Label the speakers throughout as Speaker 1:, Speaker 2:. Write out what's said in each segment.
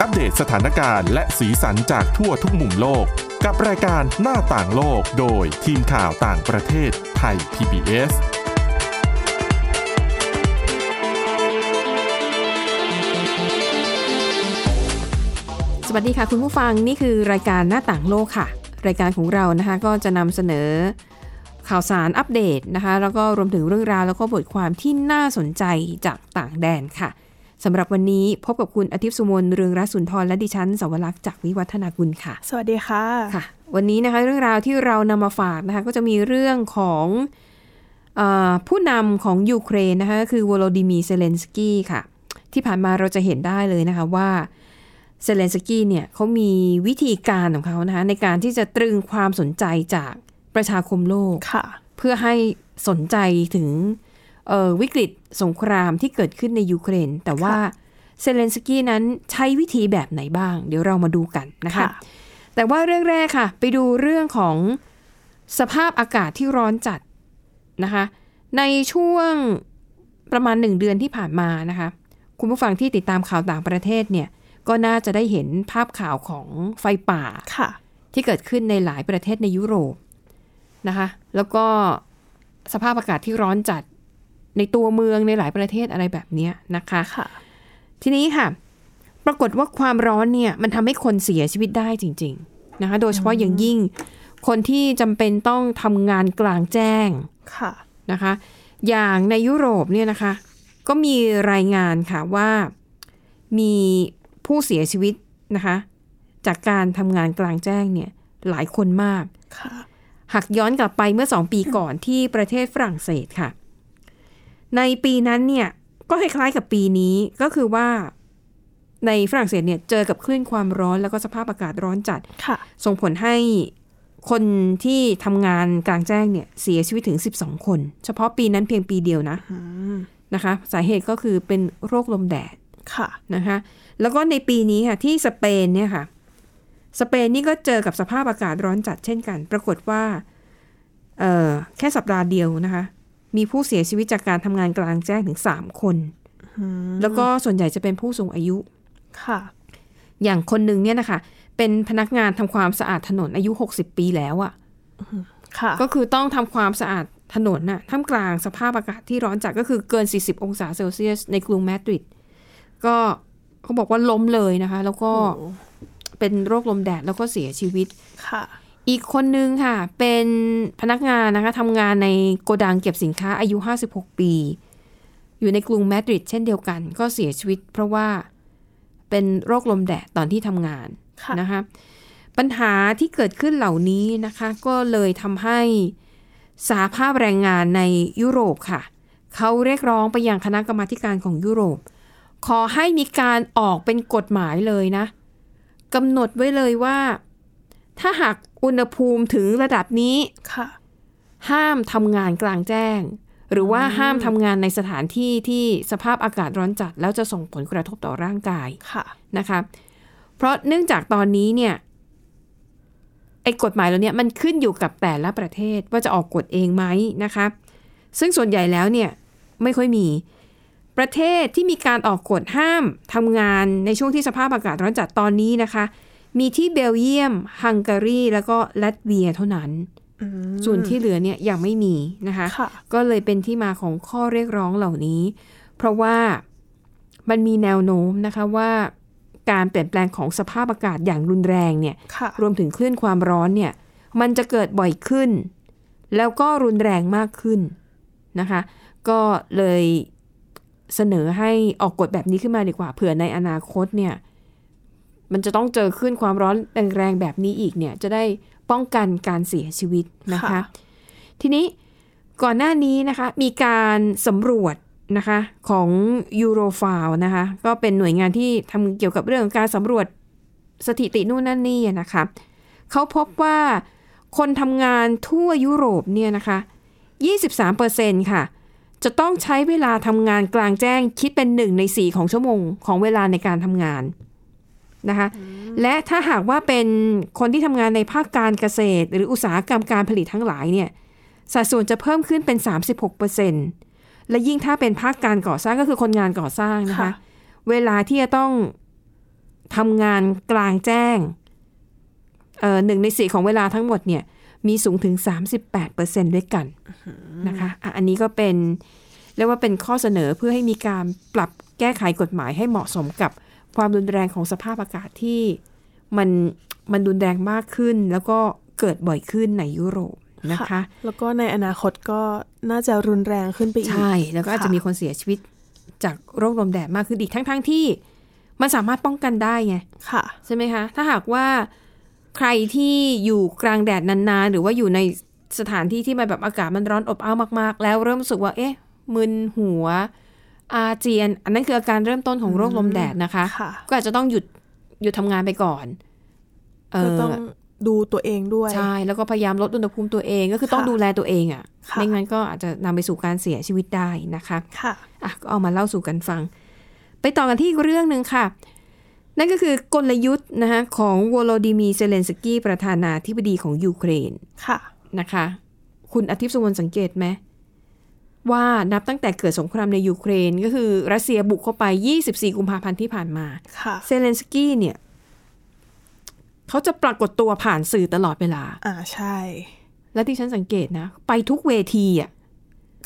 Speaker 1: อัปเดตสถานการณ์และสีสันจากทั่วทุกมุมโลก กับรายการหน้าต่างโลกโดยทีมข่าวต่างประเทศไทย PBS
Speaker 2: สวัสดีค่ะคุณผู้ฟังนี่คือรายการหน้าต่างโลกค่ะ รายการของเรานะคะก็จะนำเสนอข่าวสารอัปเดตนะคะ แล้วก็รวมถึงเรื่องราวแล้วก็บทความที่น่าสนใจจากต่างแดนค่ะสำหรับวันนี้พบกับคุณอาทิตย์สุมนเรืองรัศสุนทรและดิฉันสวรักษ์จากวิวัฒนากุลค่ะ
Speaker 3: สวัสดีค่ะ
Speaker 2: ค่ะวันนี้นะคะเรื่องราวที่เรานำมาฝากนะคะก็จะมีเรื่องของเออผู้นำของยูเครนนะคะคือวโลดิมีเซเลนสกี้ค่ะ ที่ผ่านมาเราจะเห็นได้เลยนะคะว่าเซเลนสกี้เนี่ยเขามีวิธีการของเขานะคะในการที่จะตรึงความสนใจจากประชาคมโลก
Speaker 3: ค่ะ
Speaker 2: เพื่อให้สนใจถึงเอ่อวิกฤตสงครามที่เกิดขึ้นในยูเครน แต่ว่าเซเลนสกี้นั้นใช้วิธีแบบไหนบ้าง เดี๋ยวเรามาดูกันนะคะ แต่ว่าเรื่องแรกค่ะ ไปดูเรื่องของสภาพอากาศที่ร้อนจัดนะคะ ในช่วงประมาณหนึ่งเดือนที่ผ่านมานะคะ คุณผู้ฟังที่ติดตามข่าวต่างประเทศเนี่ย ก็น่าจะได้เห็นภาพข่าวของไฟป่า
Speaker 3: ค่ะ
Speaker 2: ที่เกิดขึ้นในหลายประเทศในยุโรปนะคะ แล้วก็สภาพอากาศที่ร้อนจัดในตัวเมืองในหลายประเทศอะไรแบบเนี้ยนะคะ
Speaker 3: ค่ะ
Speaker 2: ทีนี้ค่ะ ปรากฏว่าความร้อนเนี่ย มันทำให้คนเสียชีวิตได้จริง ๆ นะคะ โดยเฉพาะอย่างยิ่ง คนที่จำเป็นต้องทำงานกลางแจ้ง
Speaker 3: ค่ะ
Speaker 2: นะคะ อย่างในยุโรปเนี่ยนะคะ ก็มีรายงานค่ะว่ามีผู้เสียชีวิตนะคะ จากการทำงานกลางแจ้งเนี่ย หลายคนมาก
Speaker 3: ค่ะ
Speaker 2: หากย้อนกลับไปเมื่อ 2 ปีก่อนที่ประเทศฝรั่งเศสค่ะ ในปีนั้นเนี่ยก็คล้ายๆกับปีนี้ก็คือว่าในฝรั่งเศสเนี่ยเจอกับคลื่นความร้อนแล้วก็สภาพอากาศร้อนจัด
Speaker 3: ค่ะ
Speaker 2: ส่งผลให้คนที่ทำงานกลางแจ้งเนี่ยเสียชีวิตถึง 12 คน เฉพาะปีนั้นเพียงปีเดียวนะ
Speaker 3: อืม
Speaker 2: นะคะ สาเหตุก็คือเป็นโรคลมแดด
Speaker 3: ค่ะ
Speaker 2: นะคะแล้วก็ในปีนี้ค่ะที่สเปนเนี่ยค่ะ สเปนนี่ก็เจอกับสภาพอากาศร้อนจัดเช่นกัน ปรากฏว่าเอ่อแค่สัปดาห์เดียวนะคะ มีผู้เสียชีวิตจากการทำงานกลางแจ้งถึง 3 คน แล้วก็ส่วนใหญ่จะเป็นผู้สูงอายุ
Speaker 3: ค่ะ
Speaker 2: อย่างคนหนึ่งเนี่ยนะคะ เป็นพนักงานทำความสะอาดถนนอายุ 60 ปีแล้วอะ่ะ
Speaker 3: ค่ะ
Speaker 2: ก็คือต้องทำความสะอาดถนนน่ะท่ามกลางสภาพอากาศที่ร้อนจัดก็คือเกิน 40 องศาเซลเซียสในกรุงมาดริดก็เขาบอกว่าล้มเลยนะคะ แล้วก็
Speaker 3: โอ้
Speaker 2: เป็นโรคลมแดดแล้วก็เสียชีวิต
Speaker 3: ค่ะ
Speaker 2: อีกคนนึงค่ะ เป็นพนักงานนะคะทำงานในโกดังเก็บสินค้าอายุ 56 ปี อยู่ในกรุงมาดริดเช่นเดียวกัน ก็เสียชีวิต เพราะว่าเป็นโรคลมแดดตอนที่ทำงาน
Speaker 3: ค่ะ
Speaker 2: นะคะปัญหาที่เกิดขึ้นเหล่านี้นะคะ ก็เลยทำให้สาภาพแรงงานในยุโรปค่ะ เขาเรียกร้องไปยังคณะกรรมาธิการของยุโรป ขอให้มีการออกเป็นกฎหมายเลยนะกำหนดไว้เลยว่า ถ้าหากอุณหภูมิถึงระดับนี้
Speaker 3: ค่ะ
Speaker 2: ห้ามทำงานกลางแจ้ง หรือว่าห้ามทำงานในสถานที่ที่สภาพอากาศร้อนจัด แล้วจะส่งผลกระทบต่อร่างกาย
Speaker 3: ค่ะ
Speaker 2: นะคะ เพราะเนื่องจากตอนนี้เนี่ยไอ้กฎหมายแล้วเนี่ยมันขึ้นอยู่กับแต่ละประเทศว่าจะออกกฎเองไหมนะคะ ซึ่งส่วนใหญ่แล้วเนี่ยไม่ค่อยมี ประเทศที่มีการออกกฎห้ามทำงานในช่วงที่สภาพอากาศร้อนจัดตอนนี้นะคะ มีที่เบลเยียม ฮังการี แล้วก็ลัตเวียเท่านั้น
Speaker 3: อืม
Speaker 2: ส่วนที่เหลือเนี่ยยังไม่มีนะคะ
Speaker 3: ค่ะ
Speaker 2: ก็เลยเป็นที่มาของข้อเรียกร้องเหล่านี้ เพราะว่ามันมีแนวโน้มนะคะว่าการเปลี่ยนแปลงของสภาพอากาศอย่างรุนแรงเนี่ย
Speaker 3: ค่ะ
Speaker 2: รวมถึงคลื่นความร้อนเนี่ย มันจะเกิดบ่อยขึ้น แล้วก็รุนแรงมากขึ้นนะคะ ก็เลยเสนอให้ออกกฎแบบนี้ขึ้นมาดีกว่าเผื่อในอนาคตเนี่ย มันจะต้องเจอคลื่นความร้อนแรงๆแบบนี้อีกเนี่ย จะได้ป้องกันการเสียชีวิตนะคะ
Speaker 3: ค่ะ
Speaker 2: ทีนี้ก่อนหน้านี้นะคะ มีการสำรวจนะคะของ Eurofile นะคะ ก็เป็นหน่วยงานที่ทำเกี่ยวกับเรื่องของการสำรวจสถิตินู่นนั่นนี่อะนะคะ เขาพบว่าคนทำงานทั่วยุโรปเนี่ยนะคะ 23%ค่ะ จะต้องใช้เวลาทำงานกลางแจ้งคิดเป็น 1 ใน 4 ของชั่วโมงของเวลาในการทำงานนะคะ และถ้าหากว่าเป็นคนที่ทำงานในภาคการเกษตร หรืออุตสาหกรรมการผลิตทั้งหลายเนี่ย สัดส่วนจะเพิ่มขึ้นเป็น 36%และยิ่งถ้าเป็นภาคการก่อสร้างก็คือคนงานก่อสร้างนะคะ
Speaker 3: ค่ะ
Speaker 2: เวลาที่จะต้อง ทำงานกลางแจ้งเอ่อหนึ่งในสี่ของเวลาทั้งหมดเนี่ยมีสูงถึง 38%ด้วยกันนะคะอ่ะอันนี้ก็เป็นเรียกว่าเป็นข้อเสนอเพื่อให้มีการปรับแก้ไขกฎหมายให้เหมาะสมกับความรุนแรงของสภาพอากาศที่มันมันรุนแรงมากขึ้น แล้วก็เกิดบ่อยขึ้นในยุโรปนะคะ
Speaker 3: แล้วก็ในอนาคตก็น่าจะรุนแรงขึ้นไปอีก
Speaker 2: ใช่ แล้วก็อาจจะ
Speaker 3: ค่ะ
Speaker 2: มีคนเสียชีวิตจากโรคลมแดดมากขึ้นอีกทั้งๆทที่มันสามารถป้องกันได้ไง
Speaker 3: ค่ะ
Speaker 2: ใช่ไหมคะ ถ้าหากว่าใครที่อยู่กลางแดดนานๆ หรือว่าอยู่ในสถานที่ที่มันแบบอากาศมันร้อนอบอ้าวมาก ๆ แล้วเริ่มรู้สึกว่า เอ๊ะ มึนหัว อาเจียน อันนั้นคืออาการเริ่มต้นของโรคลมแดดนะคะ
Speaker 3: ค่ะ
Speaker 2: ก็อาจจะต้องหยุดหยุดทำงานไปก่อนเอ
Speaker 3: ก็
Speaker 2: อ
Speaker 3: ต้องดูตัวเองด้วย
Speaker 2: ใช่ แล้วก็พยายามลดอุณหภูมิตัวเองก็คือต้อง
Speaker 3: ค่ะ
Speaker 2: ดูแลตัวเองอะ่ะ
Speaker 3: ค่ะ
Speaker 2: ไม่งั้นก็อาจจะนำไปสู่การเสียชีวิตได้นะคะ
Speaker 3: ค่ะ
Speaker 2: อ่ะก็เอามาเล่าสู่กันฟัง ไปต่อกันที่อีกเรื่องหนึ่งค่ะ นั่นก็คือกลยุทธ์นะคะของวโลดิมีร์เซเลนสกี้ประธานาธิบดีของยูเครน
Speaker 3: ค่ะ
Speaker 2: นะคะ คุณอาทิตย์สุวรรณสังเกตไหมว่านับตั้งแต่เกิดสงครามในยูเครนก็คือรัสเซียบุกเข้าไป 24 กุมภาพันธ์ที่ผ่านมา
Speaker 3: ค่ะ
Speaker 2: เซเลนสกี้เนี่ยเขาจะปรากฏตัวผ่านสื่อตลอดเวลา
Speaker 3: อ่าใช่
Speaker 2: และที่ฉันสังเกตนะ ไปทุกเวทีอ่ะ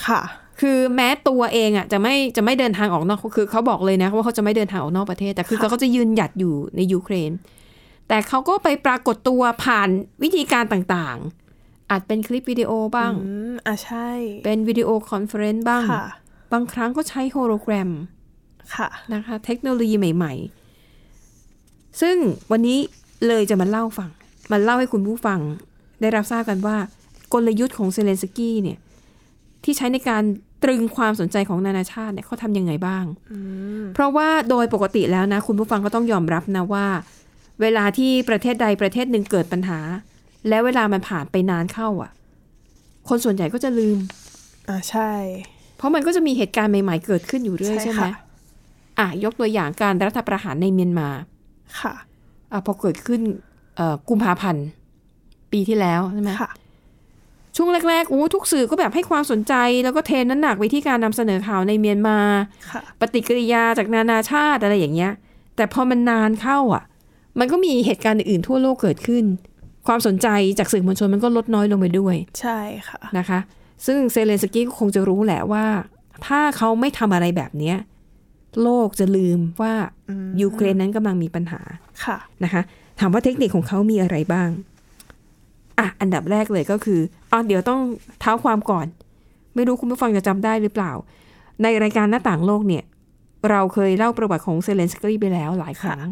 Speaker 3: ค่ะ
Speaker 2: คือแม้ตัวเองอ่ะจะไม่จะไม่เดินทางออกนอกคือเขาบอกเลยนะว่าเขาจะไม่เดินทางออกนอกประเทศ แต่คือ
Speaker 3: ค่ะ
Speaker 2: เขาก็จะยืนหยัดอยู่ในยูเครน แต่เขาก็ไปปรากฏตัวผ่านวิธีการต่างๆ อาจเป็นคลิปวิดีโอบ้าง
Speaker 3: อืมอ่าใช่
Speaker 2: เป็นวิดีโอคอนเฟอเรนซ์บ้าง
Speaker 3: ค่ะ
Speaker 2: บางครั้งก็ใช้โฮโลแกรม
Speaker 3: ค่ะ
Speaker 2: นะคะ เทคโนโลยีใหม่ๆ ซึ่งวันนี้เลยจะมาเล่าฟังมาเล่าให้คุณผู้ฟัง ได้รับทราบกันว่ากลยุทธ์ของเซเลนสกี้เนี่ยที่ใช้ในการตรึงความสนใจของนานาชาติเนี่ยเขาทำยังไงบ้าง
Speaker 3: อืม
Speaker 2: เพราะว่าโดยปกติแล้วนะ คุณผู้ฟังก็ต้องยอมรับนะว่า เวลาที่ประเทศใดประเทศหนึ่งเกิดปัญหา แล้วเวลามันผ่านไปนานเข้าอ่ะ คนส่วนใหญ่ก็จะลืม
Speaker 3: อ่าใช่
Speaker 2: เพราะมันก็จะมีเหตุการณ์ใหม่ ๆ เกิดขึ้นอยู่เรื่อยใช่ไหม
Speaker 3: ค่ะ
Speaker 2: อ่ะยกตัวอย่างการรัฐประหารในเมียนมา
Speaker 3: ค่ะ
Speaker 2: อ่ะพอเกิดขึ้นเอ่อกุมภาพันธ์ปีที่แล้วใช่ไหม
Speaker 3: ค่ะ
Speaker 2: ช่วงแรกๆโอ้ทุกสื่อก็แบบให้ความสนใจ แล้วก็เทน้ำหนักไปที่การนำเสนอข่าวในเมียนมา
Speaker 3: ค่ะ
Speaker 2: ปฏิกิริยาจากนานาชาติอะไรอย่างเงี้ย แต่พอมันนานเข้าอ่ะ มันก็มีเหตุการณ์อื่นๆทั่วโลกเกิดขึ้น ความสนใจจากสื่อมวลชนมันก็ลดน้อยลงไปด้วย
Speaker 3: ใช่ค่ะ
Speaker 2: นะคะ ซึ่งเซเลนสกี้ก็คงจะรู้แหละว่า ถ้าเขาไม่ทำอะไรแบบเนี้ยโลกจะลืมว่า
Speaker 3: อืม
Speaker 2: ยูเครนนั้นกำลังมีปัญหา
Speaker 3: ค่ะ
Speaker 2: นะคะถามว่าเทคนิคของเขามีอะไรบ้าง อ่ะ อันดับแรกเลยก็คืออ๋อเดี๋ยวต้องเท้าความก่อน ไม่รู้คุณผู้ฟังจะจำได้หรือเปล่า ในรายการหน้าต่างโลกเนี่ย เราเคยเล่าประวัติของเซเลนสกี้ไปแล้วหลายครั้ง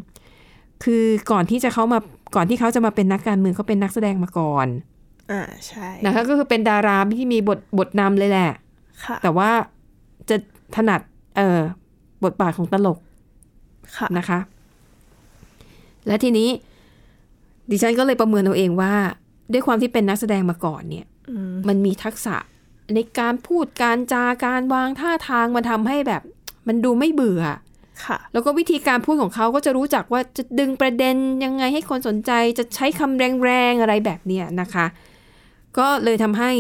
Speaker 2: คือก่อนที่จะเขามาก่อนที่เขาจะมาเป็นนักการเมืองเขาเป็นนักแสดงมาก่อน
Speaker 3: อ่าใช่
Speaker 2: นะคะก็คือเป็นดาราที่มีบทบทนำเลยแหละ
Speaker 3: ค่ะ
Speaker 2: แต่ว่าจะถนัดเอ่อบทบาทของตลก
Speaker 3: ค่ะ
Speaker 2: นะคะ และทีนี้ ดิฉันก็เลยประเมินเอาเองว่า ด้วยความที่เป็นนักแสดงมาก่อนเนี่ย
Speaker 3: อืม
Speaker 2: มันมีทักษะในการพูดการจาการวางท่าทางมันทำให้แบบ มันดูไม่เบื่อ
Speaker 3: ค่ะ
Speaker 2: แล้วก็วิธีการพูดของเขาก็จะรู้จักว่าจะดึงประเด็นยังไงให้คนสนใจจะใช้คำแรงๆอะไรแบบเนี้ยนะคะ ก็เลยทำให้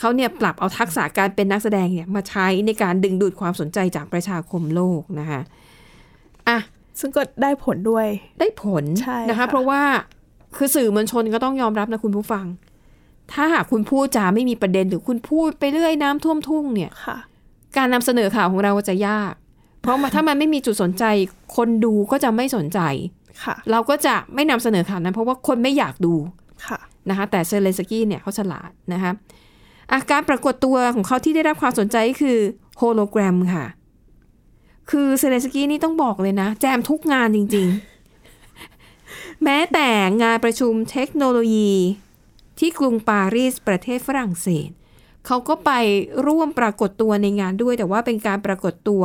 Speaker 2: เขาเนี่ยปรับเอาทักษะการเป็นนักแสดงเนี่ยมาใช้ในการดึงดูดความสนใจจากประชาคมโลกนะคะอ่ะ
Speaker 3: ซึ่งก็ได้ผลด้วย
Speaker 2: ได้ผล
Speaker 3: ใช่
Speaker 2: นะคะ
Speaker 3: ค่ะ
Speaker 2: เพราะว่าคือสื่อมวลชนก็ต้องยอมรับนะคุณผู้ฟัง ถ้าหากคุณพูดจาไม่มีประเด็นหรือคุณพูดไปเรื่อยน้ำท่วมทุ่งเนี่ย
Speaker 3: ค่ะ
Speaker 2: การนำเสนอข่าวของเราจะยาก เพราะ มันถ้ามันไม่มีจุดสนใจ คนดูก็จะไม่สนใจ
Speaker 3: ค่ะ
Speaker 2: เราก็จะไม่นำเสนอข่าวนั้น เพราะว่าคนไม่อยากดู
Speaker 3: ค่ะ
Speaker 2: นะคะ แต่เซเลนสกี้เนี่ยเขาฉลาดนะคะอาการปรากฏตัวของเขาที่ได้รับความสนใจก็คือโฮโลแกรมค่ะ คือเซเลนสกี้นี่ต้องบอกเลยนะ แจมทุกงานจริง ๆ แม้แต่งานประชุมเทคโนโลยีที่กรุงปารีสประเทศฝรั่งเศส เขาก็ไปร่วมปรากฏตัวในงานด้วย แต่ว่าเป็นการปรากฏตัว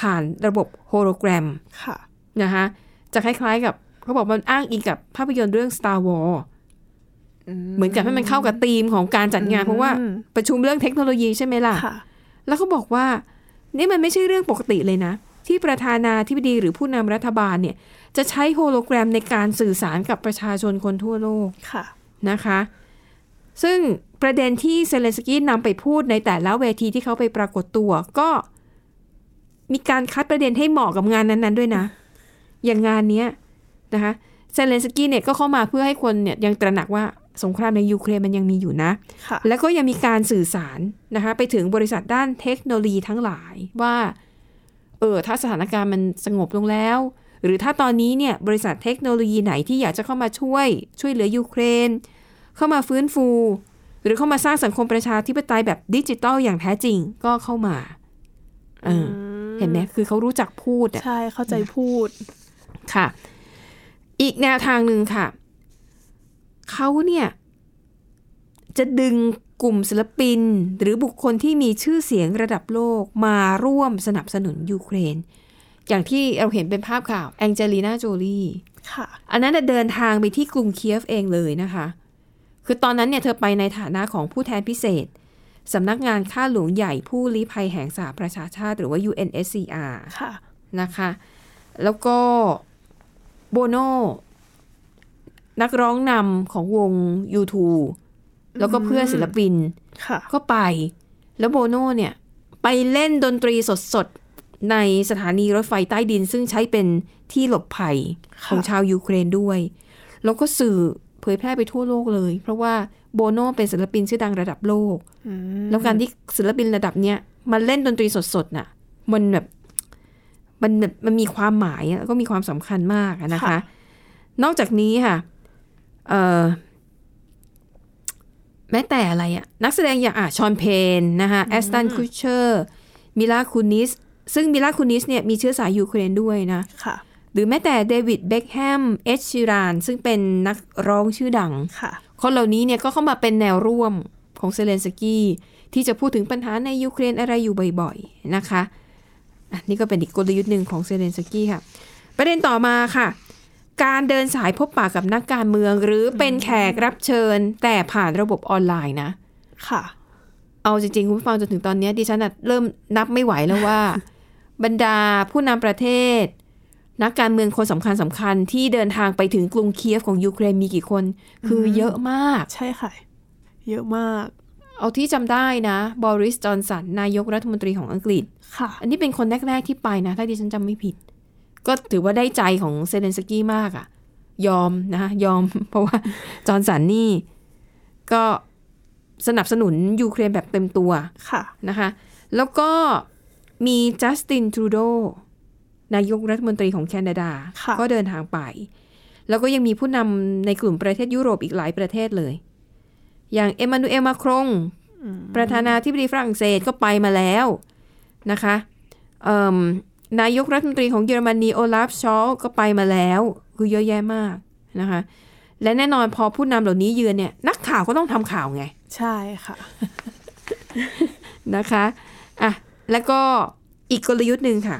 Speaker 2: ผ่านระบบโฮโลแกรม
Speaker 3: ค่ะ
Speaker 2: นะคะจะคล้ายๆกับเขาบอกมันอ้างอิงกับภาพยนตร์เรื่อง Star Wars เหมือนกับให้มันเข้ากับธีมของการจัดงาน
Speaker 3: อืม
Speaker 2: เพราะว่าประชุมเรื่องเทคโนโลยีใช่ไหมล่ะ
Speaker 3: ค่ะ
Speaker 2: แล้วเขาบอกว่า นี่มันไม่ใช่เรื่องปกติเลยนะ ที่ประธานาธิบดีหรือผู้นำรัฐบาลเนี่ย จะใช้โฮโลแกรมในการสื่อสารกับประชาชนคนทั่วโลก
Speaker 3: ค่ะ
Speaker 2: นะคะ ซึ่งประเด็นที่เซเลนสกี้นำไปพูดในแต่ละเวทีที่เขาไปปรากฏตัว ก็มีการคัดประเด็นให้เหมาะกับงานนั้น ๆ ด้วยนะ อย่างงานเนี้ยนะคะเซเลนสกี้เนี่ยก็เข้ามาเพื่อให้คนเนี่ยยังตระหนักว่าสงครามในยูเครนมันยังมีอยู่นะ
Speaker 3: ค่ะ
Speaker 2: แล้วก็ยังมีการสื่อสารนะคะไปถึงบริษัทด้านเทคโนโลยีทั้งหลายว่าเออถ้าสถานการณ์มันสงบลงแล้ว หรือถ้าตอนนี้เนี่ยบริษัทเทคโนโลยีไหนที่อยากจะเข้ามาช่วยช่วยเหลือยูเครน เข้ามาฟื้นฟู หรือเข้ามาสร้างสังคมประชาธิปไตยแบบดิจิตัลอย่างแท้จริงก็เข้ามาเอออเห็นไหมคือเขารู้จักพูดอะ
Speaker 3: ใช่เข้าใจพูด
Speaker 2: ค่ะ อีกแนวทางหนึ่งค่ะ เขาเนี่ย จะดึงกลุ่มศิลปิน หรือบุคคลที่มีชื่อเสียงระดับโลกมาร่วมสนับสนุนยูเครน อย่างที่เราเห็นเป็นภาพข่าวแองเจลีนาโจลี
Speaker 3: ค่ะ
Speaker 2: อันนั้นน่ะเดินทางไปที่กรุงเคียฟเองเลยนะคะ คือตอนนั้นเนี่ยเธอไปในฐานะของผู้แทนพิเศษ สำนักงานข้าหลวงใหญ่ผู้ลี้ภัยแห่งสหประชาชาติ หรือว่า UNSCR
Speaker 3: ค่ะ
Speaker 2: นะคะ แล้วก็โบโนนักร้องนำของวง YouTube แล้วก็เพื่อนศิลปิน
Speaker 3: ค่ะ
Speaker 2: ก็ไป แล้วโบโนเนี่ย ไปเล่นดนตรีสดๆ ในสถานีรถไฟใต้ดิน ซึ่งใช้เป็นที่หลบภัยของ
Speaker 3: ค่ะ
Speaker 2: ชาวยูเครนด้วย แล้วก็สื่อเผยแพร่ไปทั่วโลกเลย เพราะว่าโบโนเป็นศิลปินชื่อดังระดับโลก
Speaker 3: อืม
Speaker 2: แล้วการที่ศิลปินระดับเนี้ยมาเล่นดนตรีสดๆน่ะ มันแบบมันแบบมันมีความหมายอะแล้วก็มีความสำคัญมากอะนะคะ นอกจากนี้ค่ะเอ่อแม้แต่อะไรอะนักแสดงอย่างอ่ะชอนเพนนะคะแอสตันคูเชอร์มิลาคูนิส ซึ่งมิลาคูนิสเนี่ยมีเชื้อสายยูเครนด้วยนะ
Speaker 3: ค่ะ
Speaker 2: หรือแม้แต่เดวิดเบคแฮมเอชชิรานซึ่งเป็นนักร้องชื่อดัง
Speaker 3: ค่ะ
Speaker 2: คนเหล่านี้เนี่ยก็เข้ามาเป็นแนวร่วมของเซเลนสกี้ ที่จะพูดถึงปัญหาในยูเครนอะไรอยู่บ่อยๆนะคะอ่ะนี่ก็เป็นอีกกลยุทธ์หนึ่งของเซเลนสกี้ค่ะ ประเด็นต่อมาค่ะ การเดินสายพบปะกับนักการเมือง หรือเป็นแขกรับเชิญ แต่ผ่านระบบออนไลน์นะ
Speaker 3: ค่ะ
Speaker 2: เอาจริงๆ คุณผู้ฟังจนถึงตอนเนี้ยดิฉันน่ะเริ่มนับไม่ไหวแล้วว่า บรรดาผู้นำประเทศ นักการเมืองคนสำคัญสำคัญๆที่เดินทางไปถึงกรุงเคียฟของยูเครนมีกี่คน คือเยอะมาก
Speaker 3: ใช่ค่ะ เยอะมาก
Speaker 2: เอาที่จำได้นะ บอริส จอนสัน นายกรัฐมนตรีของอังกฤษ
Speaker 3: ค่ะ
Speaker 2: อันนี้เป็นคนแรก ๆ ที่ไปนะ ถ้าดิฉันจำไม่ผิด ก็ถือว่าได้ใจของเซเลนสกี้มากอะยอมนะ ยอม เพราะว่า จอนสันนี่ ก็สนับสนุนยูเครนแบบเต็มตัว
Speaker 3: ค่ะ
Speaker 2: นะคะ แล้วก็มีจัสตินทรูโดนายกรัฐมนตรีของแคนาดา
Speaker 3: ค่ะ
Speaker 2: ก็เดินทางไป แล้วก็ยังมีผู้นำในกลุ่มประเทศยุโรปอีกหลายประเทศเลย อย่างเอมมานูเอลมาครง ประธานาธิบดีฝรั่งเศสก็ไปมาแล้วนะคะเอิ่มนายกรัฐมนตรีของเยอรมนีโอลาฟชอลก็ไปมาแล้ว คือเยอะแยะมากนะคะ และแน่นอนพอผู้นำเหล่านี้เยือนเนี่ย นักข่าวก็ต้องทำข่าวไง
Speaker 3: ใช่ค่ะ
Speaker 2: นะคะอ่ะแล้วก็อีกกลยุทธ์หนึ่งค่ะ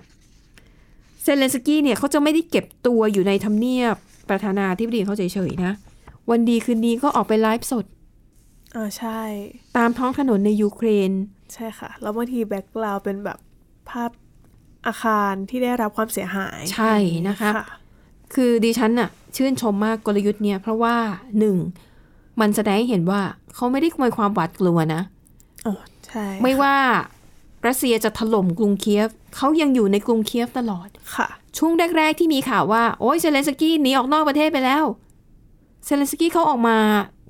Speaker 2: เซเลนสกี้เนี่ยเขาจะไม่ได้เก็บตัวอยู่ในทำเนียบประธานาธิบดีเขาเฉยๆนะ วันดีคืนดีก็ออกไปไลฟ์สด
Speaker 3: อ่าใช่
Speaker 2: ตามท้องถนนในยูเครน
Speaker 3: ใช่ค่ะ แล้วบางทีแบ็กกราวเป็นแบบภาพอาคารที่ได้รับความเสียหาย
Speaker 2: ใช่นะคะ คือดิฉันน่ะชื่นชมมากกลยุทธ์เนี่ย เพราะว่าหนึ่งมันแสดงให้เห็นว่าเขาไม่ได้กลัวความหวาดกลัวนะ
Speaker 3: โอ้ใช่
Speaker 2: ไม่ว่ารัสเซียจะถล่มกรุงเคียฟเขายังอยู่ในกรุงเคียฟตลอด
Speaker 3: ค่ะ
Speaker 2: ช่วงแรก ๆ ที่มีข่าวว่า โอ้ยเซเลนสกี้หนีออกนอกประเทศไปแล้ว เซเลนสกี้เขาออกมา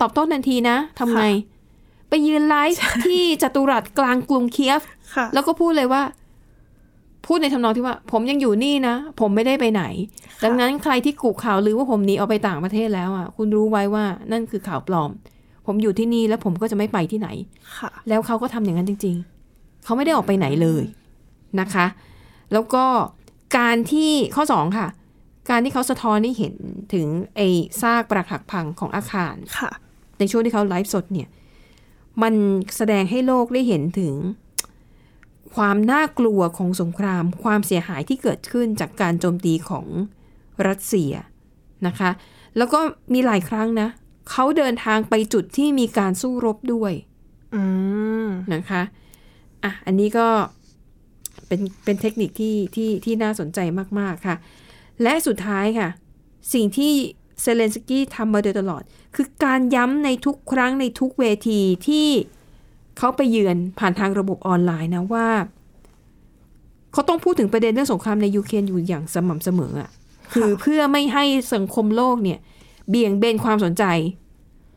Speaker 2: ตอบโต้ทันทีนะทำไง ไปยืนไลฟ์ ที่จัตุรัสกลางกรุงเคียฟ
Speaker 3: ค่ะ
Speaker 2: แล้วก็พูดเลยว่า พูดในทำนองที่ว่า ผมยังอยู่นี่นะ ผมไม่ได้ไปไหน ดังนั้นใครที่กุข่าวหรือว่าผมหนีออกไปต่างประเทศแล้วอ่ะ คุณรู้ไว้ว่านั่นคือข่าวปลอม ผมอยู่ที่นี่แล้วผมก็จะไม่ไปที่ไหน
Speaker 3: ค่ะ
Speaker 2: แล้วเขาก็ทำอย่างนั้นจริง ๆ เขาไม่ได้ออกไปไหนเลยนะคะ แล้วก็การที่ข้อสองค่ะ การที่เขาสะท้อนให้เห็นถึงไอ้ซากปรักหักพังของอาคาร
Speaker 3: ค่ะ
Speaker 2: ในช่วงที่เขาไลฟ์สดเนี่ย มันแสดงให้โลกได้เห็นถึง ความน่ากลัวของสงคราม ความเสียหายที่เกิดขึ้นจากการโจมตีของรัสเซียนะคะ แล้วก็มีหลายครั้งนะ เขาเดินทางไปจุดที่มีการสู้รบด้วย
Speaker 3: อืม
Speaker 2: นะคะ อ่ะ อันนี้ก็เป็นเป็นเทคนิคที่ที่ที่น่าสนใจมาก ๆ ค่ะ และสุดท้ายค่ะ สิ่งที่เซเลนสกี้ทำมาโดยตลอด คือการย้ำในทุกครั้งในทุกเวทีที่เขาไปเยือนผ่านทางระบบออนไลน์นะว่า เขาต้องพูดถึงประเด็นเรื่องสงครามในยูเครนอยู่อย่างสม่ำเสมออะ คือเพื่อไม่ให้สังคมโลกเนี่ย เบี่ยงเบนความสนใจ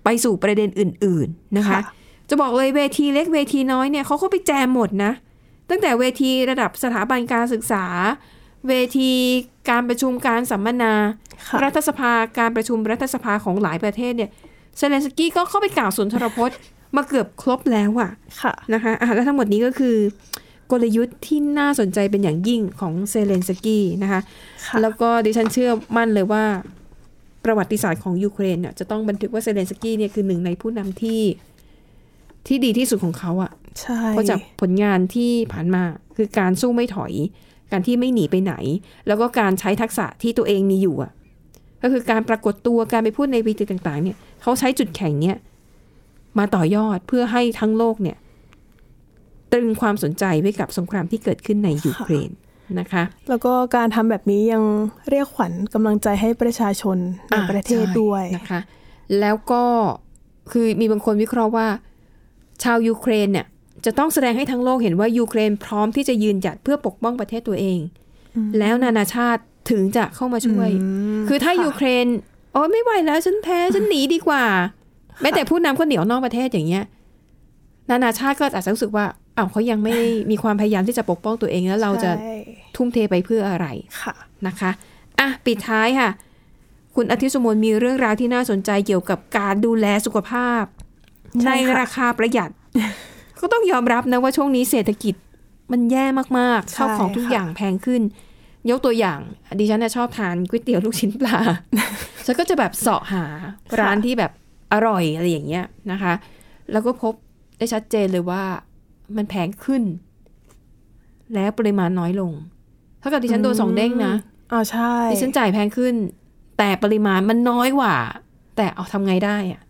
Speaker 2: ไปสู่ประเด็นอื่น ๆนะคะ
Speaker 3: ค่ะ
Speaker 2: จะบอกเลยเวทีเล็กเวทีน้อยเนี่ยเขาก็ไปแจมหมดนะ ตั้งแต่เวทีระดับสถาบันการศึกษา เวทีการประชุมการสัมมนา
Speaker 3: ค่ะ
Speaker 2: รัฐสภาการประชุมรัฐสภาของหลายประเทศเนี่ยเซเลนสกี้ก็เข้าไปกล่าวสุนทรพจน์ มาเกือบครบแล้วอะ
Speaker 3: ค่ะ
Speaker 2: นะคะอ่ะและทั้งหมดนี้ก็คือกลยุทธ์ที่น่าสนใจเป็นอย่างยิ่งของเซเลนสกี้นะคะ
Speaker 3: ค่ะ
Speaker 2: แล้วก็ดิฉันเชื่อมั่นเลยว่า ประวัติศาสตร์ของยูเครนเนี่ยจะต้องบันทึกว่าเซเลนสกี้เนี่ยคือหนึ่งในผู้นำที่ที่ดีที่สุดของเขาอะ
Speaker 3: ใช่
Speaker 2: เพราะจากผลงานที่ผ่านมาคือการสู้ไม่ถอย การที่ไม่หนีไปไหน แล้วก็การใช้ทักษะที่ตัวเองมีอยู่อะก็คือการปรากฏตัวการไปพูดในเวทีต่าง ๆ เนี่ยเขาใช้จุดแข็งเนี่ยมาต่อยอดเพื่อให้ทั้งโลกเนี่ย ตรึงความสนใจไว้กับสงครามที่เกิดขึ้นในยูเครนนะคะ
Speaker 3: แล้วก็การทำแบบนี้ยังเรียกขวัญกำลังใจให้ประชาชนใน
Speaker 2: อ่า
Speaker 3: ประเทศ
Speaker 2: ใช่
Speaker 3: ด้วย
Speaker 2: นะคะ แล้วก็คือมีบางคนวิเคราะห์ว่า ชาวยูเครนเนี่ยจะต้องแสดงให้ทั้งโลกเห็นว่ายูเครนพร้อมที่จะยืนหยัดเพื่อปกป้องประเทศตัวเอง
Speaker 3: อืม
Speaker 2: แล้วนานาชาติถึงจะเข้ามาช่วย
Speaker 3: อืม
Speaker 2: คือถ้า
Speaker 3: ะ
Speaker 2: ยูเครนโอ้ไม่ไหวแล้วฉันแพ้ฉันหนีดีกว่า แม้แต่ผู้นำก็เหนียวนอกประเทศอย่างเงี้ย นานาชาติก็อาจจะรู้สึกว่าอ้าวเขายังไม่ได้มีความพยายามที่จะปกป้องตัวเองแล้วเราจะ
Speaker 3: ใช่
Speaker 2: ทุ่มเทไปเพื่ออะไร
Speaker 3: ค่ะ
Speaker 2: นะคะอ่ะปิดท้ายค่ะ คุณอาทิตย์สมนมีเรื่องราวที่น่าสนใจเกี่ยวกับการดูแลสุขภาพ
Speaker 3: ใช่
Speaker 2: ใน
Speaker 3: ค่ะ
Speaker 2: ราคาประหยัด ก็ต้องยอมรับนะว่าช่วงนี้เศรษฐกิจมันแย่มากๆข้าวของทุกอย่างแพงขึ้น ยกตัวอย่าง ดิฉันน่ะชอบทานก๋วยเตี๋ยวลูกชิ้นปลา ฉันก็จะแบบเสาะหาร้านที่แบบอร่อยอะไรอย่างเงี้ยนะคะ แล้วก็พบได้ชัดเจนเลยว่ามันแพงขึ้น และปริมาณน้อยลง เท่ากับดิฉันโดนสองเด้งนะ
Speaker 3: อ่าใช่
Speaker 2: ดิฉันจ่ายแพงขึ้น แต่ปริมาณมันน้อยกว่า แต่เอาทำไงได้อะ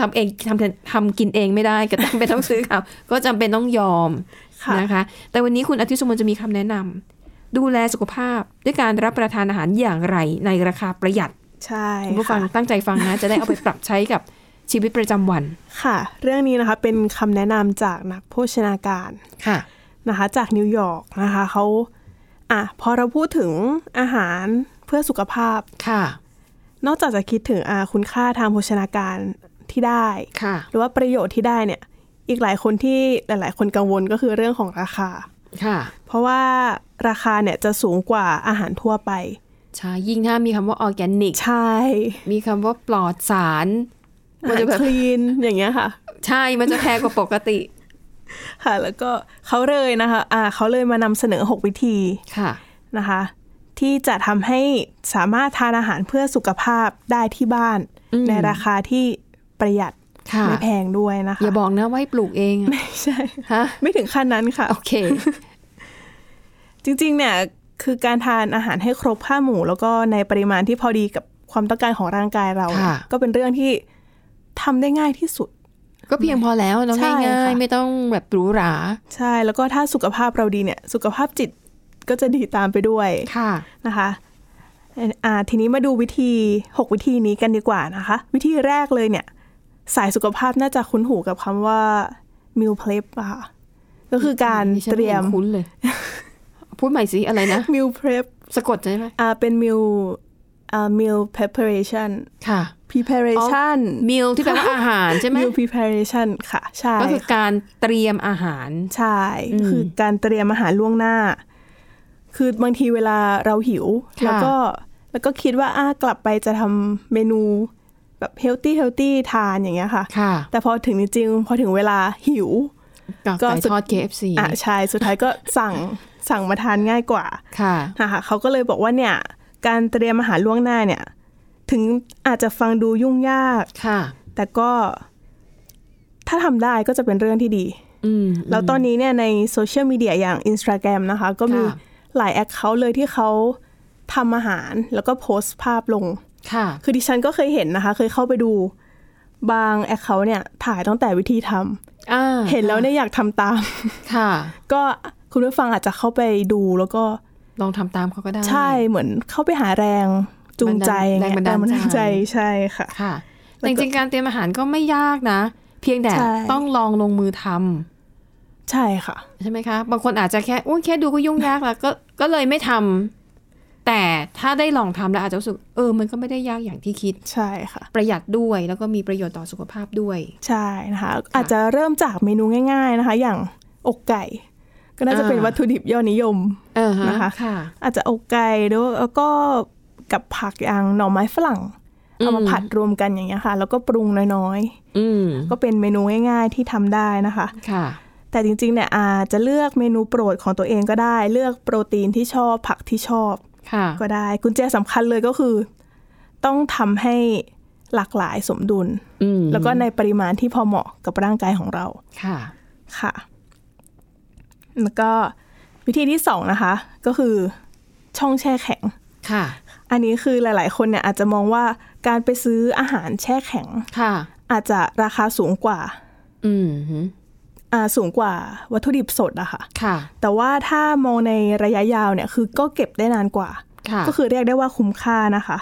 Speaker 2: ทำเองทำทำกินเองไม่ได้ ก็จำเป็นต้องซื้อเขา ก็จำเป็นต้องยอม
Speaker 3: ค่ะ
Speaker 2: นะคะ แต่วันนี้คุณอาทิตย์สมนจะมีคำแนะนำดูแลสุขภาพด้วยการรับประทานอาหารอย่างไรในราคาประหยัด
Speaker 3: ใช่
Speaker 2: คุณผู้ฟั
Speaker 3: ค่ะ
Speaker 2: งตั้งใจฟังนะ จะได้เอาไปปรับใช้กับ ชีวิตประจำวัน
Speaker 3: ค่ะ เรื่องนี้นะคะเป็นคำแนะนำจากนักโภชนาการ
Speaker 2: ค่ะ
Speaker 3: นะคะ จากนิวยอร์กนะคะเขาอ่ะพอเราพูดถึงอาหารเพื่อสุขภาพ
Speaker 2: ค่ะ
Speaker 3: นอกจากจะคิดถึงอ่ะคุณค่าทางโภชนาการที่ได้
Speaker 2: ค่ะ
Speaker 3: หรือว่าประโยชน์ที่ได้เนี่ย อีกหลายคนที่หลาย ๆ คนกังวลก็คือเรื่องของราคา
Speaker 2: ค่ะ
Speaker 3: เพราะว่าราคาเนี่ยจะสูงกว่าอาหารทั่วไป
Speaker 2: ใช่ยิ่งถ้ามีคำว่าออร์แกนิก
Speaker 3: ใช่
Speaker 2: มีคำว่าปลอดสาร มั
Speaker 3: มัน น
Speaker 2: จะ
Speaker 3: จะ
Speaker 2: แบบ
Speaker 3: คลี นอย่างเงี้ยค่ะ
Speaker 2: ใช่มันจะแพงกว่าปกติ
Speaker 3: ค่ะ แล้วก็เขาเลยนะคะอ่าเขาเลยมานำเสนอ 6 วิธี
Speaker 2: ค่ะ
Speaker 3: นะคะ ที่จะทำให้สามารถทานอาหารเพื่อสุขภาพได้ที่บ้าน
Speaker 2: อืม
Speaker 3: ในราคาที่ประหยัด
Speaker 2: ค่ะ
Speaker 3: ไม่แพงด้วยนะคะ
Speaker 2: อย่าบอกนะว่าให้ปลูกเองอะ
Speaker 3: ไม่ใช่
Speaker 2: ฮะ
Speaker 3: ไม่ถึงขั้นนั้นค่ะ
Speaker 2: โอ เค
Speaker 3: จริงๆ เนี่ยคือการทานอาหารให้ครบห้าหมู่ แล้วก็ในปริมาณที่พอดีกับความต้องการของร่างกายเราเนี่ย
Speaker 2: ค่ะ
Speaker 3: ก็เป็นเรื่องที่ทำได้ง่ายที่สุด
Speaker 2: ก็เพียงพอแล้วเน้อง
Speaker 3: ใช่ค่ะ
Speaker 2: ง่ายๆ ไม่ต้องแบบหรูหรา
Speaker 3: ใช่ แล้วก็ถ้าสุขภาพเราดีเนี่ย สุขภาพจิตก็จะดีตามไปด้วย
Speaker 2: ค่ะ
Speaker 3: นะคะอ่าทีนี้มาดูวิธี 6 วิธีนี้กันดีกว่านะคะ วิธีแรกเลยเนี่ย สายสุขภาพน่าจะคุ้นหูกับคำว่า meal prep อะค่ะก็คือการเตรียม
Speaker 2: คุ้น เลย พูดใหม่สิอะไรนะ
Speaker 3: meal prep
Speaker 2: สะกดใช่ไหม
Speaker 3: อ่าเป็น meal อ่า meal preparation
Speaker 2: ค่ะ
Speaker 3: preparation
Speaker 2: มิลที่แปลว่าอาหารใช่ไหม
Speaker 3: meal preparation ค่ะ ใช่
Speaker 2: ก็คือการเตรียมอาหาร
Speaker 3: ใช่
Speaker 2: อืม
Speaker 3: คือการเตรียมอาหารล่วงหน้า คือบางทีเวลาเราหิว
Speaker 2: ค่ะ
Speaker 3: แล้วก็แล้วก็คิดว่าอ่ากลับไปจะทำเมนูแบบเฮลตี้เฮลตี้ทานอย่างเงี้ยค่ะ
Speaker 2: ค่ะ
Speaker 3: แต่พอถึงจริงๆพอถึงเวลาหิว
Speaker 2: กับ
Speaker 3: ก็
Speaker 2: ไก่
Speaker 3: สุด
Speaker 2: ทอด KFC
Speaker 3: อ่ะใช่สุดท้ายก็สั่ง สั่งมาทานง่ายกว่า
Speaker 2: ค่ะ
Speaker 3: นะคะเขาก็เลยบอกว่าเนี่ยการเตรียมอาหารล่วงหน้าเนี่ย ถึงอาจจะฟังดูยุ่งยาก
Speaker 2: ค่ะ
Speaker 3: แต่ก็ถ้าทำได้ก็จะเป็นเรื่องที่ดี
Speaker 2: อืม
Speaker 3: แล้วตอนนี้เนี่ยในโซเชียลมีเดียอย่าง Instagram นะคะ ก็มี
Speaker 2: ค่ะ
Speaker 3: หลายแอคเคาท์เลยที่เขาทำอาหารแล้วก็โพสต์ภาพลง
Speaker 2: ค่ะ
Speaker 3: คือดิฉันก็เคยเห็นนะคะ เคยเข้าไปดูบางแอคเคาท์เนี่ยถ่ายตั้งแต่วิธีท
Speaker 2: อ่า
Speaker 3: ำเห็นแล้วเนี่ยอยากทำตาม
Speaker 2: ค่ะ
Speaker 3: ก็คุณผู้ฟังอาจจะเข้าไปดูแล้วก็
Speaker 2: ลองทำตามเขาก็ได้
Speaker 3: ใช่เหมือนเข้าไปหาแรงจูงใจ
Speaker 2: แรงบันดาลใจ
Speaker 3: แรงบันดาลใจใช่ค่ะ
Speaker 2: ค่ะ แต่จริงๆการเตรียมอาหารก็ไม่ยากนะ เพียงแต่
Speaker 3: ใช่
Speaker 2: ต้องลองลงมือทำ
Speaker 3: ใช่ค่ะ
Speaker 2: ใช่ไหมคะ บางคนอาจจะแค่อุ้ยแค่ดูก็ยุ่งยากแล้วก็ก็เลยไม่ทำ แต่ถ้าได้ลองทำแล้วอาจจะรู้สึกเออมันก็ไม่ได้ยากอย่างที่คิด
Speaker 3: ใช่ค่ะ
Speaker 2: ประหยัดด้วยแล้วก็มีประโยชน์ต่อสุขภาพด้วย
Speaker 3: ใช่นะคะ อาจจะเริ่มจากเมนูง่าย ๆนะคะ อย่างอกไก่ ก็น่าจะเป็น
Speaker 2: อ่า
Speaker 3: วัตถุดิบยอดนิยม
Speaker 2: เออฮะ
Speaker 3: นะคะ
Speaker 2: ค่ะ
Speaker 3: อาจจะอกไก่ด้วยแล้วก็กับผักอย่างหน่อไม้ฝรั่งเอามา
Speaker 2: อืม
Speaker 3: ผัดรวมกันอย่างเงี้ยค่ะ แล้วก็ปรุงน้อย
Speaker 2: อืม
Speaker 3: ๆ ก็เป็นเมนูง่ายๆที่ทำได้นะคะ
Speaker 2: ค่ะ
Speaker 3: แต่จริงๆเนี่ยอาจจะเลือกเมนูโปรดของตัวเองก็ได้ เลือกโปรตีนที่ชอบผักที่ชอบ
Speaker 2: ค่ะ
Speaker 3: ก็ได้ กุญแจสำคัญเลยก็คือ ต้องทำให้หลากหลายสมดุล
Speaker 2: อืม
Speaker 3: แล้วก็ในปริมาณที่พอเหมาะกับร่างกายของเรา
Speaker 2: ค่ะ
Speaker 3: ค่ะ แล้วก็วิธีที่สองนะคะ ก็คือช่องแช่แข็ง
Speaker 2: ค่ะ
Speaker 3: อันนี้คือหลาย ๆ คนเนี่ยอาจจะมองว่าการไปซื้ออาหารแช่แข็ง
Speaker 2: ค่ะ
Speaker 3: อาจจะราคาสูงกว่า
Speaker 2: อืม
Speaker 3: อ่าสูงกว่าวัตถุดิบสดอะค่ะ
Speaker 2: ค่ะ
Speaker 3: แต่ว่าถ้ามองในระยะยาวเนี่ยคือก็เก็บได้นานกว่า
Speaker 2: ค่ะ
Speaker 3: ก็คือเรียกได้ว่าคุ้มค่านะคะ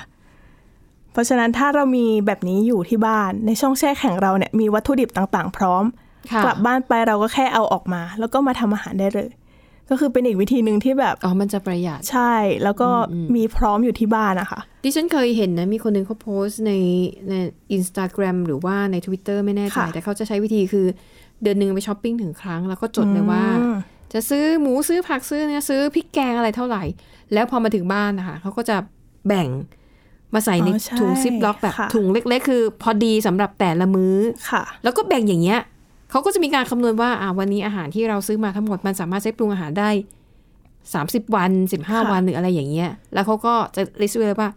Speaker 3: เพราะฉะนั้นถ้าเรามีแบบนี้อยู่ที่บ้านในช่องแช่แข็งเราเนี่ยมีวัตถุดิบต่างๆ พร้อม
Speaker 2: ค่ะ
Speaker 3: กลับบ้านไปเราก็แค่เอาออกมา แล้วก็มาทำอาหารได้เลย ก็คือเป็นอีกวิธีหนึ่งที่แบบ
Speaker 2: อ๋อมันจะประหยัด
Speaker 3: ใช่แล้วก็มีพร้อมอยู่ที่บ้านนะคะ
Speaker 2: ดิฉันเคยเห็นนะ มีคนหนึ่งเขาโพสต์ในในอินสตาแกรมหรือว่าใน Twitter ไม่แน่ใจ
Speaker 3: ค่ะ
Speaker 2: แต่เขาจะใช้วิธีคือเดือนหนึ่งไปช้อปปิ้งถึงครั้ง แล้วก็จดเลยว่า จะซื้อหมูซื้อผักซื้อเนื้อซื้อพริกแกงอะไรเท่าไหร่ แล้วพอมาถึงบ้านนะคะเขาก็จะแบ่งมาใส่ใน
Speaker 3: อ๋อใช่
Speaker 2: ถุงซิปล็อกแบบ
Speaker 3: ค่ะ
Speaker 2: ถุงเล็กๆ คือ พอดีสำหรับแต่ละมื้อ
Speaker 3: ค่ะ
Speaker 2: แล้วก็แบ่งอย่างเงี้ยเขาก็จะมีการคำนวณว่าอ่าวันนี้อาหารที่เราซื้อมาทั้งหมดมันสามารถใช้ปรุงอาหารได้ 30 วัน
Speaker 3: ค่ะ
Speaker 2: 15 วันหรืออะไรอย่างเงี้ย แล้วเขาก็จะลิสต์ไว้เลยว่า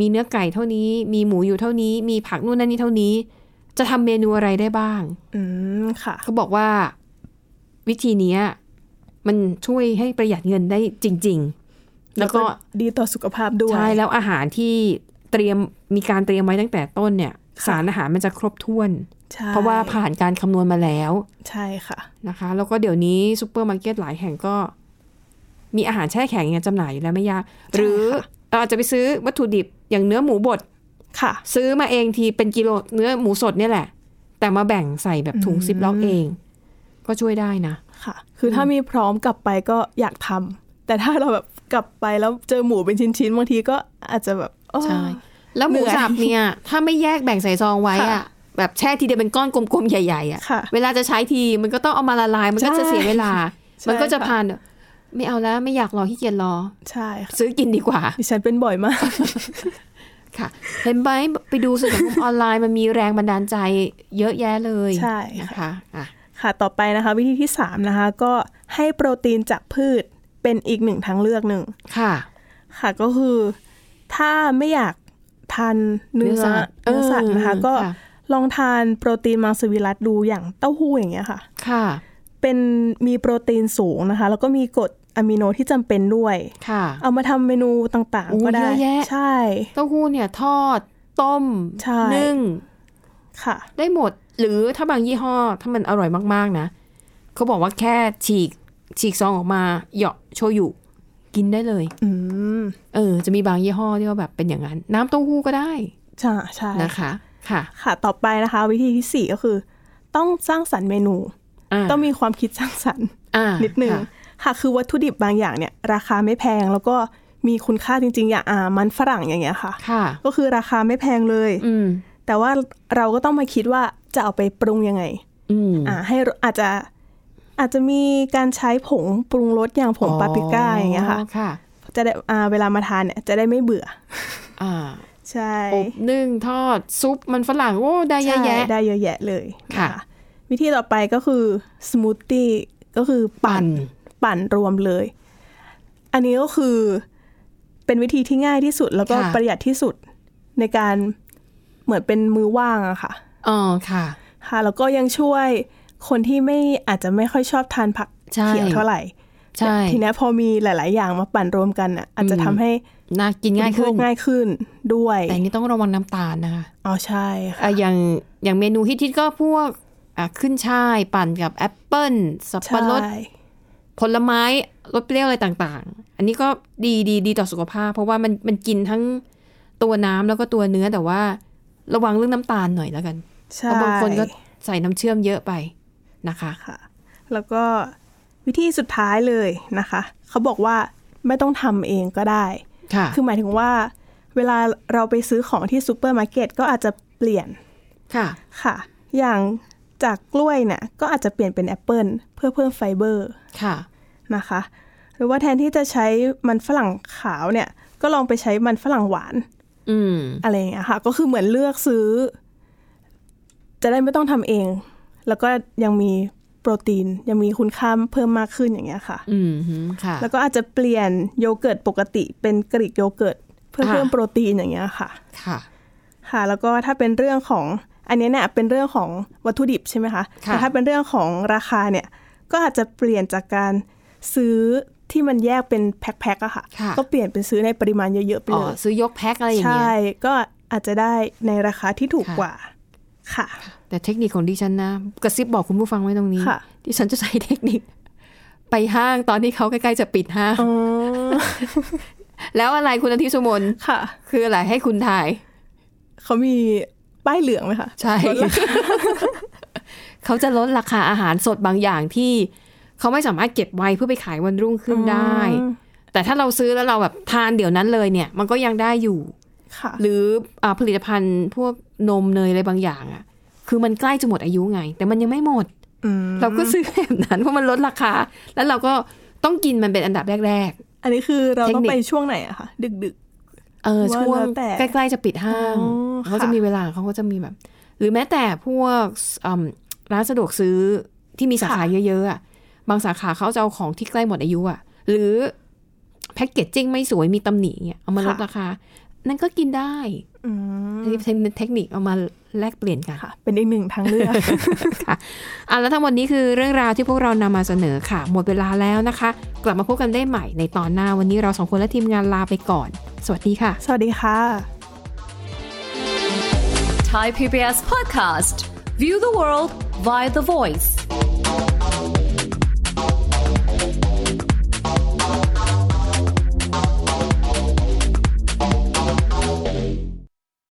Speaker 2: มีเนื้อไก่เท่านี้ มีหมูอยู่เท่านี้ มีผักนู่นนั่นนี่เท่านี้ จะทำเมนูอะไรได้บ้าง
Speaker 3: อืมค่ะ
Speaker 2: เขาบอกว่าวิธีเนี้ยมันช่วยให้ประหยัดเงินได้จริง ๆ แล้วก็
Speaker 3: ดีต่อสุขภาพด้วย
Speaker 2: ใช่แล้วอาหารที่เตรียมมีการเตรียมไว้ตั้งแต่ต้นเนี่ย
Speaker 3: ค่ะ
Speaker 2: สารอาหารมันจะครบถ้วน
Speaker 3: ใช่
Speaker 2: เพราะว่าผ่านการคำนวณมาแล้ว
Speaker 3: ใช่ค่ะ
Speaker 2: นะคะ แล้วก็เดี๋ยวนี้ซูเปอร์มาร์เก็ตหลายแห่งก็ มีอาหารแช่แข็งอย่างเงยจำหน่ายอยู่แล้วไม่ยาก หรือ
Speaker 3: ค่ะ
Speaker 2: เราอาจจะไปซื้อวัตถุดิบอย่างเนื้อหมูบด
Speaker 3: ค่ะ
Speaker 2: ซื้อมาเองทีเป็นกิโลเนื้อหมูสดเนี่ยแหละ แต่มาแบ่งใส่แบบถุงซิปล็อกเอง ก็ช่วยได้นะ
Speaker 3: ค่ะ คือถ้ามีพร้อมกลับไปก็อยากทำ แต่ถ้าเราแบบกลับไปแล้วเจอหมูเป็นชิ้นๆ บางทีก็อาจจะแบบโอ้
Speaker 2: ใช่ แล้วหมู
Speaker 3: เหนื่อย
Speaker 2: สับเนี่ย ถ้าไม่แยกแบ่งใส่ซองไว้
Speaker 3: ค่ะ
Speaker 2: อะแบบแช่ทีเดียวเป็นก้อนกลมๆ ใหญ่ๆอะ
Speaker 3: ค่ะ
Speaker 2: เวลาจะใช้ทีมันก็ต้องเอามาละลาย มันก็จะ
Speaker 3: ใช่
Speaker 2: เสียเวลา
Speaker 3: ใช่
Speaker 2: มันก็จะ
Speaker 3: ค่ะ
Speaker 2: ผ่านไม่เอาแล้วไม่อยากรอขี้เกียจรอ
Speaker 3: ใช่ค่ะ
Speaker 2: ซื้อกินดีกว่า
Speaker 3: ดิฉันเป็นบ่อยมาก
Speaker 2: ค่ะ เห็นไหมไปดูสื่อสังคมออนไลน์มันมีแรงบันดาลใจเยอะแยะเลย
Speaker 3: ใช่
Speaker 2: นะคะอ่ะ
Speaker 3: ค่ะ ต่อไปนะคะ วิธีที่ 3 นะคะ ก็ให้โปรตีนจากพืชเป็นอีกหนึ่งทางเลือกหนึ่ง
Speaker 2: ค่ะ
Speaker 3: ค่ะ ก็คือถ้าไม่อยากทานเนื้อ
Speaker 2: เนื้อสัตว์
Speaker 3: เนื้อสัตว์นะคะ
Speaker 2: เออ
Speaker 3: ก็
Speaker 2: ค่ะ
Speaker 3: ลองทานโปรตีนมังสวิรัตดูอย่างเต้าหู้อย่างเงี้ยค่ะ
Speaker 2: ค่ะ
Speaker 3: เป็นมีโปรตีนสูงนะคะ แล้วก็มีกรดอะมิโนที่จำเป็นด้วย
Speaker 2: ค่ะ
Speaker 3: เอามาทำเมนูต่าง
Speaker 2: โอ้
Speaker 3: ๆ ก็ได้
Speaker 2: เยอะแยะ
Speaker 3: ใช่
Speaker 2: เต้าหู้เนี่ยทอดต้ม
Speaker 3: ใช่
Speaker 2: นึ่ง
Speaker 3: ค่ะ
Speaker 2: ได้หมดหรือถ้าบางยี่ห้อถ้ามันอร่อยมาก ๆ นะเขาบอกว่าแค่ฉีก ฉีกซองออกมาเหยาะโชยุกินได้เลย
Speaker 3: อืม
Speaker 2: เออ จะมีบางยี่ห้อที่ว่าแบบเป็นอย่างนั้น น้ำเต้าหู้ก็ได้
Speaker 3: ใช่ใช่
Speaker 2: นะคะ ค่ะ
Speaker 3: ค่ะ ต่อไปนะคะ วิธีที่สี่ก็คือ ต้องสร้างสรรค์เมนู
Speaker 2: า
Speaker 3: ต้องมีความคิดสร้างสรรค์
Speaker 2: อ่า
Speaker 3: นิดนึง
Speaker 2: ค่ะ
Speaker 3: ค่ะ คือวัตถุดิบบางอย่างเนี่ย ราคาไม่แพงแล้วก็มีคุณค่าจริง ๆ อย่างอ่ามันฝรั่งอย่างเงี้ยค่ะ
Speaker 2: ค่ะ
Speaker 3: ก็คือราคาไม่แพงเลย
Speaker 2: อืม
Speaker 3: แต่ว่าเราก็ต้องมาคิดว่าจะเอาไปปรุงยังไง
Speaker 2: อืม
Speaker 3: อ่าให้รอาจจะอาจจะมีการใช้ผงปรุงรสอย่างผงปาปริก้าอย่างเงี้ยค่ะ
Speaker 2: ค่ะ
Speaker 3: จะได้อ่าเวลามาทานเนี่ยจะได้ไม่เบื่อ
Speaker 2: อ่า
Speaker 3: ใช่
Speaker 2: อบนึ่งทอดซุปมันฝรั่งโอ้ได้เยอะแยะ
Speaker 3: ใช่ได้เยอะแยะเลยน
Speaker 2: ค่ะ
Speaker 3: วิธีต่อไปก็คือสมูทตี้ก็คือปั่น
Speaker 2: ปั่น
Speaker 3: ปั่นรวมเลย อันนี้ก็คือเป็นวิธีที่ง่ายที่สุด แล้วก็ประหยัดที่สุดในการเหมือนเป็นมือว่างอะค่ะ
Speaker 2: อ๋อค่ะ
Speaker 3: ค่ะแล้วก็ยังช่วยคนที่ไม่อาจจะไม่ค่อยชอบทานผัก
Speaker 2: ใช่
Speaker 3: เขียวเท่าไหร่
Speaker 2: ใช่
Speaker 3: ทีเนี้ยพอมีหลาย ๆ อย่างมาปั่นรวมกันอ่ะอาจจะทำให้
Speaker 2: น่ากินง่ายขึ้น
Speaker 3: ง่ายขึ้นด้วย
Speaker 2: แต่อันนี่ต้องระวังน้ำตาลนะคะ
Speaker 3: อ๋อใช่ค่ะ
Speaker 2: อ่ะอย่างอย่างเมนูฮิตๆก็พวกอ่ะขึ้นช่ายปั่นกับแอปเปิ้ลสับปะ
Speaker 3: ใช่
Speaker 2: รดผลไม้รสเปรี้ยวอะไรต่างๆ อันนี้ก็ดีดีดีต่อสุขภาพ เพราะว่ามันมันกินทั้งตัวน้ำแล้วก็ตัวเนื้อแต่ว่าระวังเรื่องน้ำตาลหน่อยแล้วกัน
Speaker 3: ใช่
Speaker 2: เพราะบางคนก็ใส่น้ำเชื่อมเยอะไปนะคะ
Speaker 3: ค่ะ แล้วก็วิธีสุดท้ายเลยนะคะ เขาบอกว่าไม่ต้องทำเองก็ได้
Speaker 2: ค่ะ
Speaker 3: คือหมายถึงว่า เวลาเราไปซื้อของที่ซูเปอร์มาร์เก็ตก็อาจจะเปลี่ยน
Speaker 2: ค่ะ
Speaker 3: ค่ะ อย่างจากกล้วยเนี่ยก็อาจจะเปลี่ยนเป็นแอปเปิลเพื่อเพิ่มไฟเบอร์
Speaker 2: ค่ะ
Speaker 3: นะคะ หรือว่าแทนที่จะใช้มันฝรั่งขาวเนี่ย ก็ลองไปใช้มันฝรั่งหวาน
Speaker 2: อืม
Speaker 3: อะไรอย่างเงี้ยค่ะ ก็คือเหมือนเลือกซื้อ จะได้ไม่ต้องทำเอง แล้วก็ยังมีโปรตีน ยังมีคุณค่าเพิ่มมากขึ้นอย่างเงี้ยค่ะ
Speaker 2: อืมฮึค่ะ
Speaker 3: แล้วก็อาจจะเปลี่ยนโยเกิร์ตปกติเป็นกรีกโยเกิร์ตเพื่อเพิ่ม
Speaker 2: อ่า
Speaker 3: โปรตีนอย่างเงี้ยค่ะ
Speaker 2: ค่ะ
Speaker 3: ค่ะ แล้วก็ถ้าเป็นเรื่องของอันนี้เนี่ยเป็นเรื่องของวัตถุดิบใช่ไหมคะ
Speaker 2: ค่ะ
Speaker 3: แต่ถ้าเป็นเรื่องของราคาเนี่ยก็อาจจะเปลี่ยนจากการซื้อที่มันแยกเป็นแพ็คๆอะค่ะ
Speaker 2: ค่ะ
Speaker 3: ก็เปลี่ยนเป็นซื้อในปริมาณเยอะๆไป
Speaker 2: อ๋อ
Speaker 3: เลย
Speaker 2: ซื้อยกแพ็คอะไรอย่างเงี้
Speaker 3: ใช่
Speaker 2: ย
Speaker 3: ก็อาจจะได้ในราคาที่ถูก
Speaker 2: ค่ะ
Speaker 3: กว่าค่ะ
Speaker 2: แต่เทคนิคของดิฉันนะ กระซิบบอกคุณผู้ฟังไว้ตรงนี้
Speaker 3: ค่ะ
Speaker 2: ดิฉันจะใช้เทคนิค ไปห้างตอนที่เขาใกล้ๆจะปิดห้าง
Speaker 3: อ๋อ
Speaker 2: แล้วอะไรคุณอาทิตย์สุมน
Speaker 3: ค่ะ
Speaker 2: คืออะไรให้คุณถ่าย
Speaker 3: เขามีป้ายเหลืองไหมคะ
Speaker 2: ใช่ เขาจะลดราคาอาหารสดบางอย่างที่ เขาไม่สามารถเก็บไว้เพื่อไปขายวันรุ่งขึ้นได้
Speaker 3: อืม
Speaker 2: แต่ถ้าเราซื้อแล้วเราแบบทานเดี๋ยวนั้นเลยเนี่ย มันก็ยังได้อยู่
Speaker 3: ค่ะ
Speaker 2: หรืออาผลิตภัณฑ์พวกนมเนยอะไรบางอย่างอะ่ะ คือมันใกล้จะหมดอายุไง แต่มันยังไม่หมด
Speaker 3: อืม
Speaker 2: เราก็ซื้อแบบนั้นเพราะมันลดราคา แล้วเราก็ต้องกินมันเป็นอันดับแรก
Speaker 3: อันนี้คือเราต้อง
Speaker 2: เทคนิค
Speaker 3: ไปช่วงไหนอะคะดึก
Speaker 2: ๆ เออ
Speaker 3: ว่า
Speaker 2: ช่วง
Speaker 3: แล้วแต่
Speaker 2: ใกล้ๆจะปิดห้าง
Speaker 3: อ๋อ
Speaker 2: เขาจะ
Speaker 3: ค่ะ
Speaker 2: มีเวลาของเขาก็จะมีแบบ หรือแม้แต่พวกอืมร้านสะดวกซื้อที่มีสาขาเยอะๆอะบางสาขาเขาจะเอาของที่ใกล้หมดอายุอะหรือแพ็กเกจจิ้งไม่สวยมีตำหนิเงี้ยเอามาลดราคา นั่นก็กินได้
Speaker 3: ๆอืม
Speaker 2: อันนี้เป็นเทคนิคเอามาแลกเปลี่ยนกัน
Speaker 3: ค่ะ เป็นอีกหนึ่งทางเลื อก
Speaker 2: ค่ะอ่ะแล้วทั้งหมดนี้คือเรื่องราวที่พวกเรานำมาเสนอค่ะ หมดเวลาแล้วนะคะ กลับมาพบกันได้ใหม่ในตอนหน้าวันนี้เราสองคนและทีมงานลาไปก่อน สวัสดีค่ะ
Speaker 3: สวัสดีค่ะ
Speaker 4: Thai PBS podcast. View the world via the voice.